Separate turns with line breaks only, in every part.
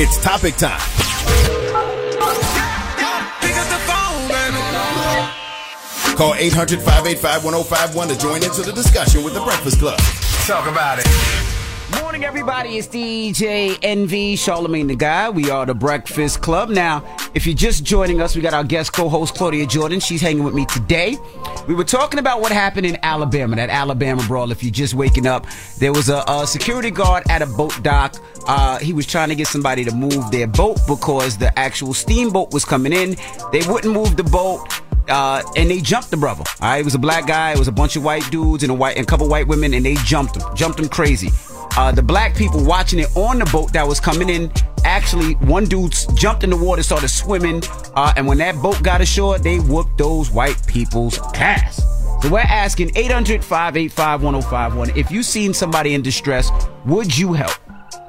It's topic time. Call 800-585-1051 to join into the discussion with the Breakfast Club.
Talk about it.
Morning, everybody. It's DJ NV, Charlemagne the Guy. We are the Breakfast Club. Now, if you're just joining us, we got our guest co host, Claudia Jordan. She's hanging with me today. We were talking about what happened in Alabama, that Alabama brawl. If you're just waking up, there was a, a security guard at a boat dock. Uh, he was trying to get somebody to move their boat because the actual steamboat was coming in. They wouldn't move the boat. Uh, and they jumped the brother. All right, it was a black guy. It was a bunch of white dudes and a white and a couple white women, and they jumped him, jumped him crazy. Uh, the black people watching it on the boat that was coming in, actually, one dude jumped in the water, started swimming, uh, and when that boat got ashore, they whooped those white people's ass. So we're asking 800-585-1051. If you've seen somebody in distress, would you help?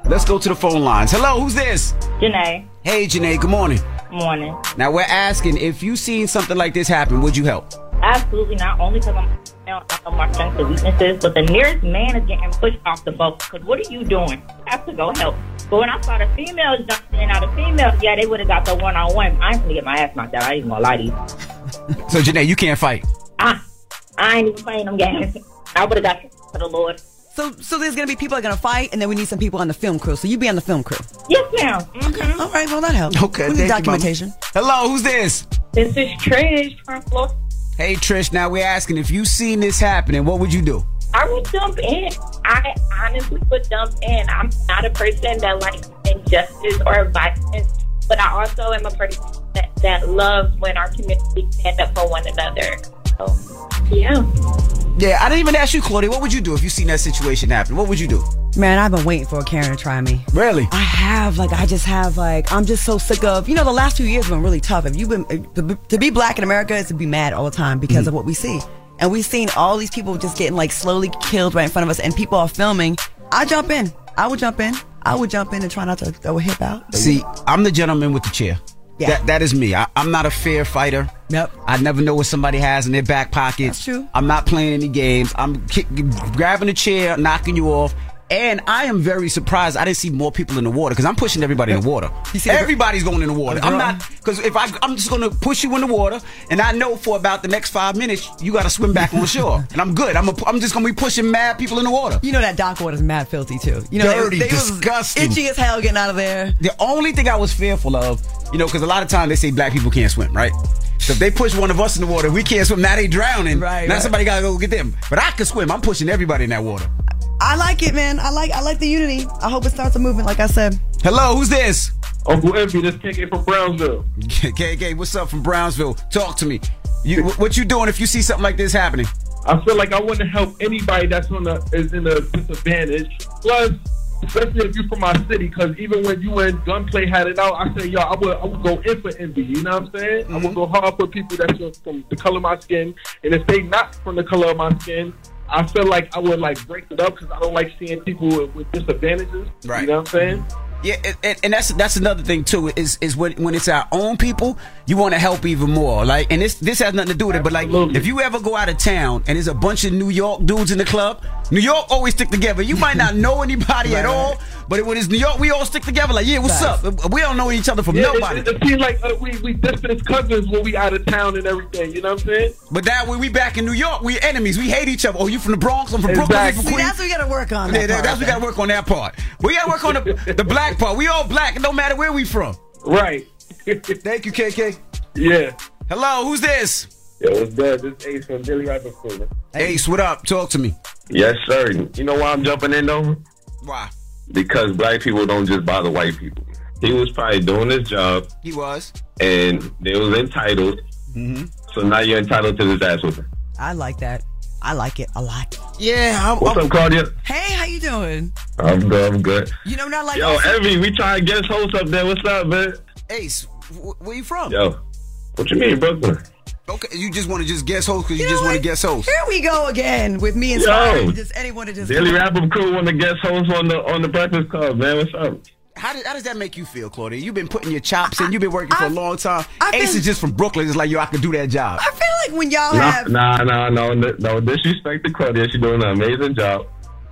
Let's go to the phone lines. Hello, who's this?
Janae.
Hey, Janae. Good morning.
Morning.
Now we're asking if you seen something like this happen, would you help?
Absolutely not. Only because I'm down on my strengths and weaknesses, but the nearest man is getting pushed off the boat. Because what are you doing? You have to go help. But when I saw the females jumping out, the females, yeah, they would have got the one on one. I ain't gonna get my ass knocked out. I ain't gonna lie to you.
so Janae, you can't fight.
I, I ain't even playing them games. I would have got kicked for the Lord.
So, so there's gonna be people that are gonna fight, and then we need some people on the film crew. So you be on the film crew.
Yes, ma'am. Mm-hmm.
All right, well that helps.
Okay, thank
we need
you, Mama.
documentation.
Hello, who's this?
This is Trish from Florida.
Hey Trish, now we're asking if you seen this happening, what would you do?
I would jump in. I honestly would jump in. I'm not a person that likes injustice or violence, but I also am a person that, that loves when our community stand up for one another. So, yeah.
Yeah, I didn't even ask you, Claudia. What would you do if you seen that situation happen? What would you do?
Man, I've been waiting for a Karen to try me.
Really?
I have, like, I just have, like, I'm just so sick of, you know, the
Mm-hmm.
last few years have been really tough. If you've been, to be black in America is to be mad all the time because of what we see. and we've seen all these people just getting like slowly killed right in front of us, and people are filming. I jump in. I would jump in. I would jump in and try not to throw a hip out.
See, I'm the gentleman with the chair.
Yeah.
That, that is me. I, I'm not a fair fighter.
Yep.
I never know what somebody has in their back pocket.
That's true.
I'm not playing any games. I'm ki- grabbing a chair, knocking you off. And I am very surprised I didn't see more people in the water because I'm pushing everybody in the water.
You see the-
Everybody's going in the water.
Oh,
I'm
girl.
not because if I I'm just going to push you in the water and I know for about the next five minutes you got to swim back on shore and I'm good. I'm a, I'm just going to be pushing mad people in the water.
You know that dock water's mad filthy too. You know
Dirty,
was
disgusting.
itchy as hell getting out of there.
The only thing I was fearful of, you know, because a lot of times they say black people can't swim, right? So if they push one of us in the water, we can't swim. Now they drowning.
Right,
Now
right.
somebody gotta go get them. But I can swim. I'm pushing everybody in that water.
I like it, man. I like I like the unity. I hope it starts a movement. Like I said,
Hello, who's this?
Uncle Envy, this KK from Brownsville.
KK, what's up from Brownsville? Talk to me. You, wh- what you doing if you see something like this happening?
I feel like I want to help anybody that's on the is in a disadvantage. Plus, especially if you're from my city, because even when you and Gunplay had it out, I said, "Yo, I would I would go in for envy." You know what I'm saying? I
Mm-hmm.
would go hard for people that's from the color of my skin, and if they not from the color of my skin. I feel like I would like break it up because I don't like seeing people with, with disadvantages.
Right. Mm-hmm.
You know what I'm saying?
Yeah, and- and, and that's that's another thing too is is when when it's our own people, you want to help even more. Like, and this this has nothing to do with it, but like
Absolutely.
if you ever go out of town and there's a bunch of New York dudes in the club, New York always stick together. You might not know anybody at all, but when it's New York, we all stick together. Like, yeah, what's up? We don't know each other from
Yeah, it-
nobody,
It, it, seems like uh, we we distant cousins when we out of town and everything. You know what I'm saying?
but that when we back in New York, we enemies. We hate each other. Oh, you from the Bronx? I'm from Brooklyn. You from
Exactly.
see,
Queens?
that's what we got to work on.
Yeah,
That
that-
part.
that's we gotta work on that part. We gotta work on the, the black part. We all black. It don't matter where we from.
Right.
Thank you, KK.
yeah.
Hello, who's this?
Yo, what's good? This is Ace from Billy Rapper School.
Ace, what up? Talk to me.
Yes, sir. You know why I'm jumping in though?
Why?
Because black people don't just bother white people. He was probably doing his job
He was.
and they was entitled. So now you're entitled to this ass whooping.
Mm-hmm. I like that. I like it a lot.
Yeah, I'm,
What's up, Claudia?
Hey, how you doing?
I'm good. I'm good.
You know, not like
Yo, Envy, we trying guest host up there. What's up, man?
Ace, wh- where you from?
Yo, what you mean, Brooklyn?
Okay, you just want to just guess host because you,
You know
just want to
what?
guess host.
Here we go again with me and
Yo.
Spy. Just anyone to just
Daily Rapper Crew on the guest host on the on the Breakfast Club, man. What's up?
How, did, how does that make you feel, Claudia? You've been putting your chops in. You've been working for a
I've-
long time.
I've
Ace
been-
is just from Brooklyn. It's like, yo, I could do that job.
I feel like when y'all
Nah,
have
nah, nah, no, no, no disrespect to Claudia. She's doing an amazing job.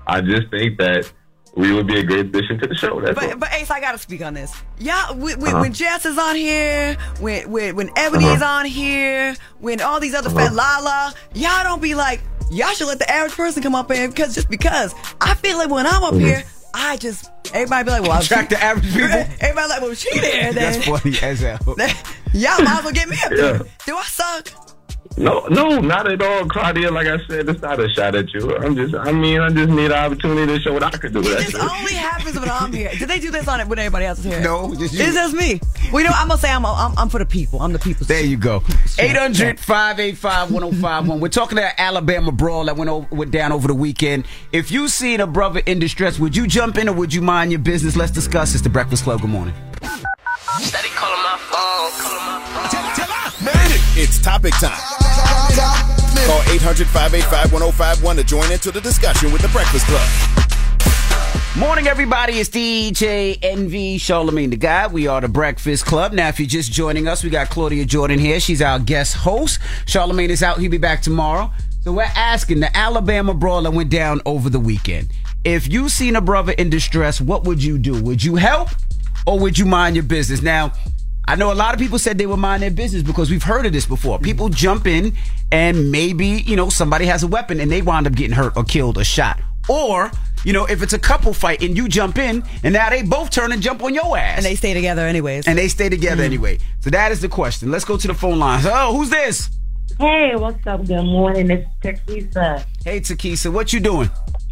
I just think that we would be a great addition to the show. That's all.
But, but Ace, I gotta speak on this. Y'all, when,
Uh-huh.
when, when Jess is on here, when when, when Ebony is on here, when all these other fat
Uh-huh.
Lala, y'all don't be like, y'all should let the average person come up here because just because I feel like when I'm up here, I just everybody be like, well,
Mm-hmm. Attract the average people?
Everybody like, well, she there
That's
then.
funny as hell.
y'all might as well get me up
Yeah.
there. Do I suck?
no, no, not at all, Claudia. Like I said, it's not a shot at you. I'm just, I mean, I just need an opportunity to show what I could do. That's
This
it.
only happens when I'm here. Did they do this on it when everybody else is here?
No, just you.
It's just me. Well, you know, I'm gonna say I'm I'm, I'm for the people. I'm the people's
There you go. 800 585 1051. We're talking about Alabama brawl that went, over, went down over the weekend. If you seen a brother in distress, would you jump in or would you mind your business? Let's discuss. It's the Breakfast Club. Good morning.
It's topic time. Call 800 585 1051 to join into the discussion with the Breakfast Club.
Morning, everybody. It's DJ NV Charlemagne the Guy. We are the Breakfast Club. Now, if you're just joining us, we got Claudia Jordan here. She's our guest host. Charlemagne is out. He'll be back tomorrow. So we're asking the Alabama brawl that went down over the weekend. If you seen a brother in distress, what would you do? Would you help or would you mind your business? Now, I know a lot of people said they would mind their business because we've heard of this
Mm-hmm.
before. People jump in and maybe, you know, somebody has a weapon and they wind up getting hurt or killed or shot. Or, you know, if it's a couple fight and you jump in and now they both turn and jump on your ass.
And they Mm. stay together anyways.
and they stay together anyway. So that is the question. Let's go to the phone lines. Oh, who's this?
Hey, what's up? Good morning. It's Teresa.
Hey, Takisa, what you doing?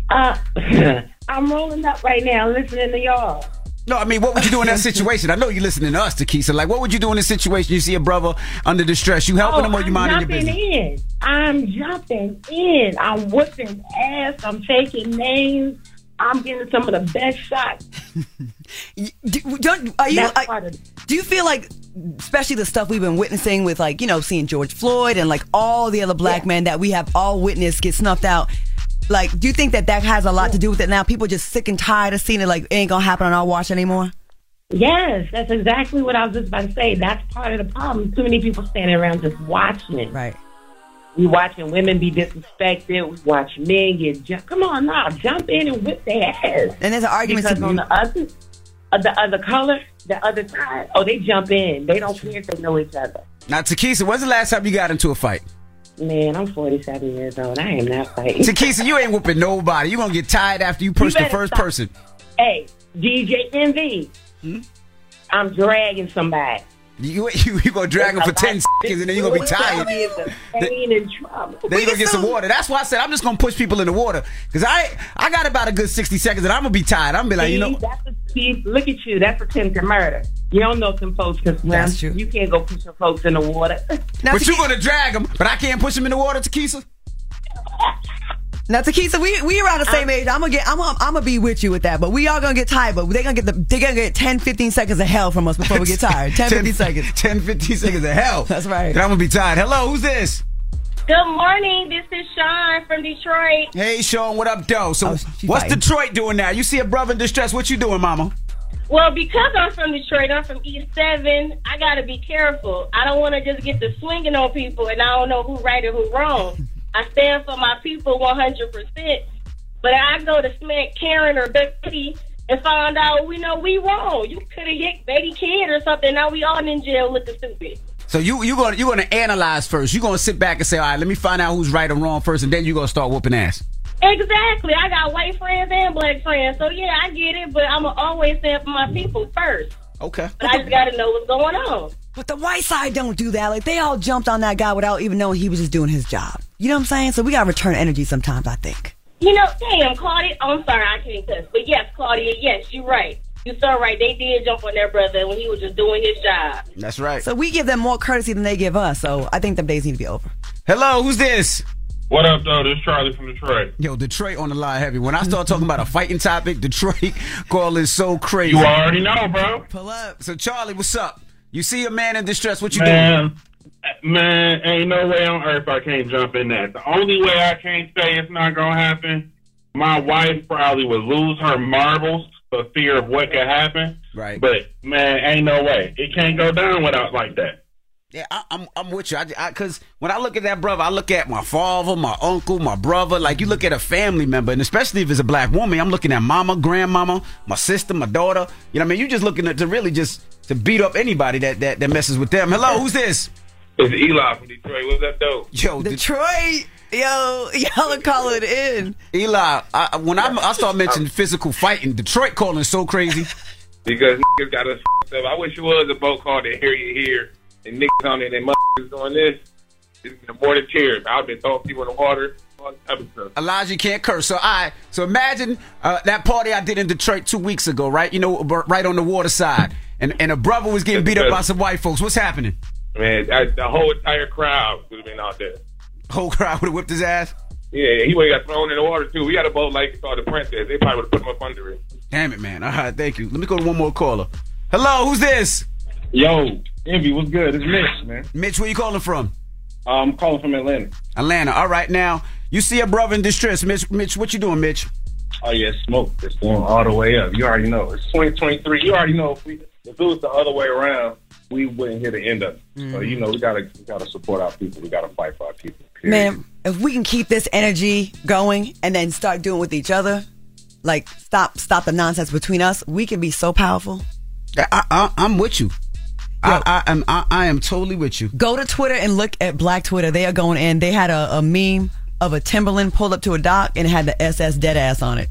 Uh, I'm rolling up right now, listening to y'all.
No, I mean, what would you do in that situation? I know you're listening to us, Takisa. Like, what would you do in this situation? You see a brother under distress. You
Oh,
helping him or you
I'm
minding your
jumping
business?
in. I'm jumping in. I'm whipping ass. I'm taking names. I'm getting some of the best shots.
Do, don't are you?
That's
I-
part of it.
do you feel like especially the stuff we've been witnessing with like you know seeing George Floyd and like all the other black men that we have all witnessed get snuffed out. Like, do you think that that has a lot to do with it now? People just sick and tired of seeing it. Like, it ain't gonna happen on our watch anymore.
Yes, that's exactly what I was just about to say. That's part of the problem. Too many people standing around just watching it.
Right.
We watching women be disrespected. We watch men get jump. Come on, now jump in and whip their ass.
And there's an argument to
because on
be-
the other, uh, the other color, the other side. Oh, they jump in. They don't care if they know each other.
Now, Takisa, when's the last time you got into a fight?
Man, I'm 47 years old. I am not fighting.
Takisa, you ain't whooping nobody. you going to get tired after you punch the
better
first
stop.
person. Hmm?
Hey, DJ Envy, I'm dragging somebody.
You, you, you going to drag them for 10 seconds and then you're going to be tired.
Somebody is a pain and trouble.
Then you gonna get some water. That's why I said I'm just gonna push people in the water because I I got about a good sixty seconds and I'm gonna be tired. I'm gonna be like, you
See,
know,
that's a, see, look at you. That's attempted murder. You don't know some folks can swim.
That's true.
You can't go put your folks in the water.
Now,
but
Taki-
you gonna drag them, but I can't push them in the water, Takisa.
now Takisa, we we around the same age. I'm gonna get, I'm gonna, I'm gonna be with you with that. But we are gonna get tired. But they gonna get the, they gonna get 10, 15 seconds of hell from us before we get tired. 10, 15 seconds.
10, 15 seconds of hell.
That's right.
And I'm gonna be tired. Hello, who's this?
Good morning. This is Sean from Detroit.
Hey, Sean, what up, though? So,
Oh, she
what's
fighting.
Detroit doing now? You see a brother in distress. What you doing, Mama?
Well, because I'm from Detroit, I'm from East 7, I got to be careful. I don't want to just get to swinging on people and I don't know who right or who wrong. I stand for my people 100%. But I go to smack Karen or Betty and find out, we know we wrong. You could have hit Betty Kid or something. Now we all in jail looking stupid.
So you you gonna you gonna analyze first. You gonna sit back and say, all right, let me find out who's right or wrong first, and then you gonna start whooping ass.
Exactly. I got white friends and black friends. So, yeah, I get it, but I'm going to always stand for my people first.
Okay.
But I just got to know what's going on.
But the white side don't do that. Like they all jumped on that guy without even knowing he was just doing his job. You know what I'm saying? So we gotta return energy sometimes. I think.
You know, damn, Claudia. Oh, I'm sorry, I can't cuss. But yes, Claudia, yes, you're right. You so right. They did jump on their brother when he was just doing his job.
That's right.
So we give them more courtesy than they give us. So I think them days need to be over.
Hello, who's this?
What up, though? This is Charlie from Detroit.
Yo, Detroit on the line heavy. When I start talking about a fighting topic, Detroit call is so crazy.
You already know, bro.
Pull up. So Charlie, what's up? You see a man in distress, what you doing?
Man, man, ain't no way on earth I can't jump in that. The only way I can't say it's not gonna happen, my wife probably would lose her marbles for fear of what could happen.
Right.
But man, ain't no way. It can't go down without like that.
Yeah, I, I'm I'm with you. I, I cause when I look at that brother, I look at my father, my uncle, my brother. Like you look at a family member, and especially if it's a black woman, I'm looking at mama, grandmama, my sister, my daughter. You know what I mean? You just looking to, to really just to beat up anybody that, that that messes with them. Hello, who's this?
It's Eli from Detroit. What's up, though?
Yo, Det-
Detroit, yo, y'all are calling in.
Eli, I, I- when I, I start mentioning physical fighting, Detroit calling is so crazy.
because niggas got us f***ed up. I wish it was a boat called the Harriet here and niggas on it and motherfuckers doing this. It's been more than tears. I've been throwing people in the water. all type of stuff.
Elijah you can't curse. So I so imagine uh, that party I did in Detroit two weeks ago, right? You know, b- right on the water side, and and a brother was getting beat up by some white folks. What's happening?
Man, I, the whole entire crowd would have been out there.
Whole crowd would have whipped his ass.
Yeah, he would have got thrown in the water too. We had a boat like it's called the Princess. They probably would have put him up under it.
Damn it, man. All right, thank you. Let me go to one more caller. Hello, who's this?
Yo, Envy, what's good? It's Mitch, man. Uh,
Mitch, where you calling from?
I'm calling from Atlanta.
Atlanta. All right, now you see a brother in distress, Mitch. Mitch, what you doing, Mitch?
Oh yeah, smoke. It's going all the way up. You already know. It's 2023. You already know if, we, if it was the other way around, we wouldn't hit the end of it. So you know, we gotta we gotta support our people. We gotta fight for our people. period.
Man, if we can keep this energy going and then start doing it with each other, like stop stop the nonsense between us, we can be so powerful.
I, I, I'm with you. I, I am I, I am totally with you.
Go to Twitter and look at Black Twitter. They are going in. They had a, a meme of a Timberland pulled up to a dock and it had the SS dead ass on it.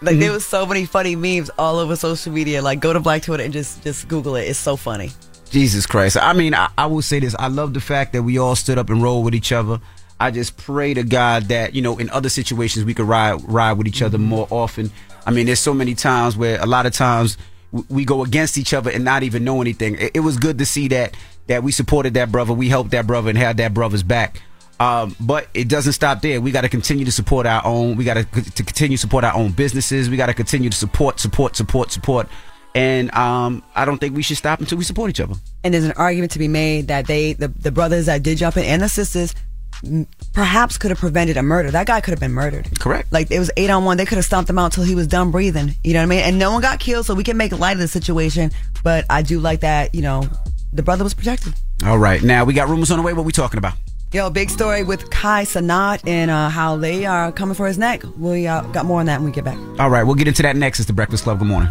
Like there was so many funny memes all over social media. Like go to Black Twitter and just just Google it. It's so funny.
Jesus Christ. I mean, I, I will say this. I love the fact that we all stood up and rolled with each other. I just pray to God that, you know, in other situations we could ride ride with each other more often. I mean, there's so many times where a lot of times w- we go against each other and not even know anything. It, it was good to see that that we supported that brother, we helped that brother and had that brother's back. Um, but it doesn't stop there. We got to continue to support our own. We got to, to continue to support our own businesses. We got to continue to support, support, support, support And um, I don't think we should stop until we support each other.
And there's an argument to be made that they, the, the brothers that did jump in and the sisters, m- perhaps could have prevented a murder. That guy could have been murdered.
Correct.
Like it was eight on one. They could have stomped him out till he was done breathing. You know what I mean? And no one got killed, so we can make light of the situation. But I do like that, you know, the brother was protected.
All right. Now we got rumors on the way. What we talking about?
Yo, big story with Kai Sanat and uh, how they are coming for his neck. We uh, got more on that when we get back.
All right. We'll get into that next. It's the Breakfast Club. Good morning.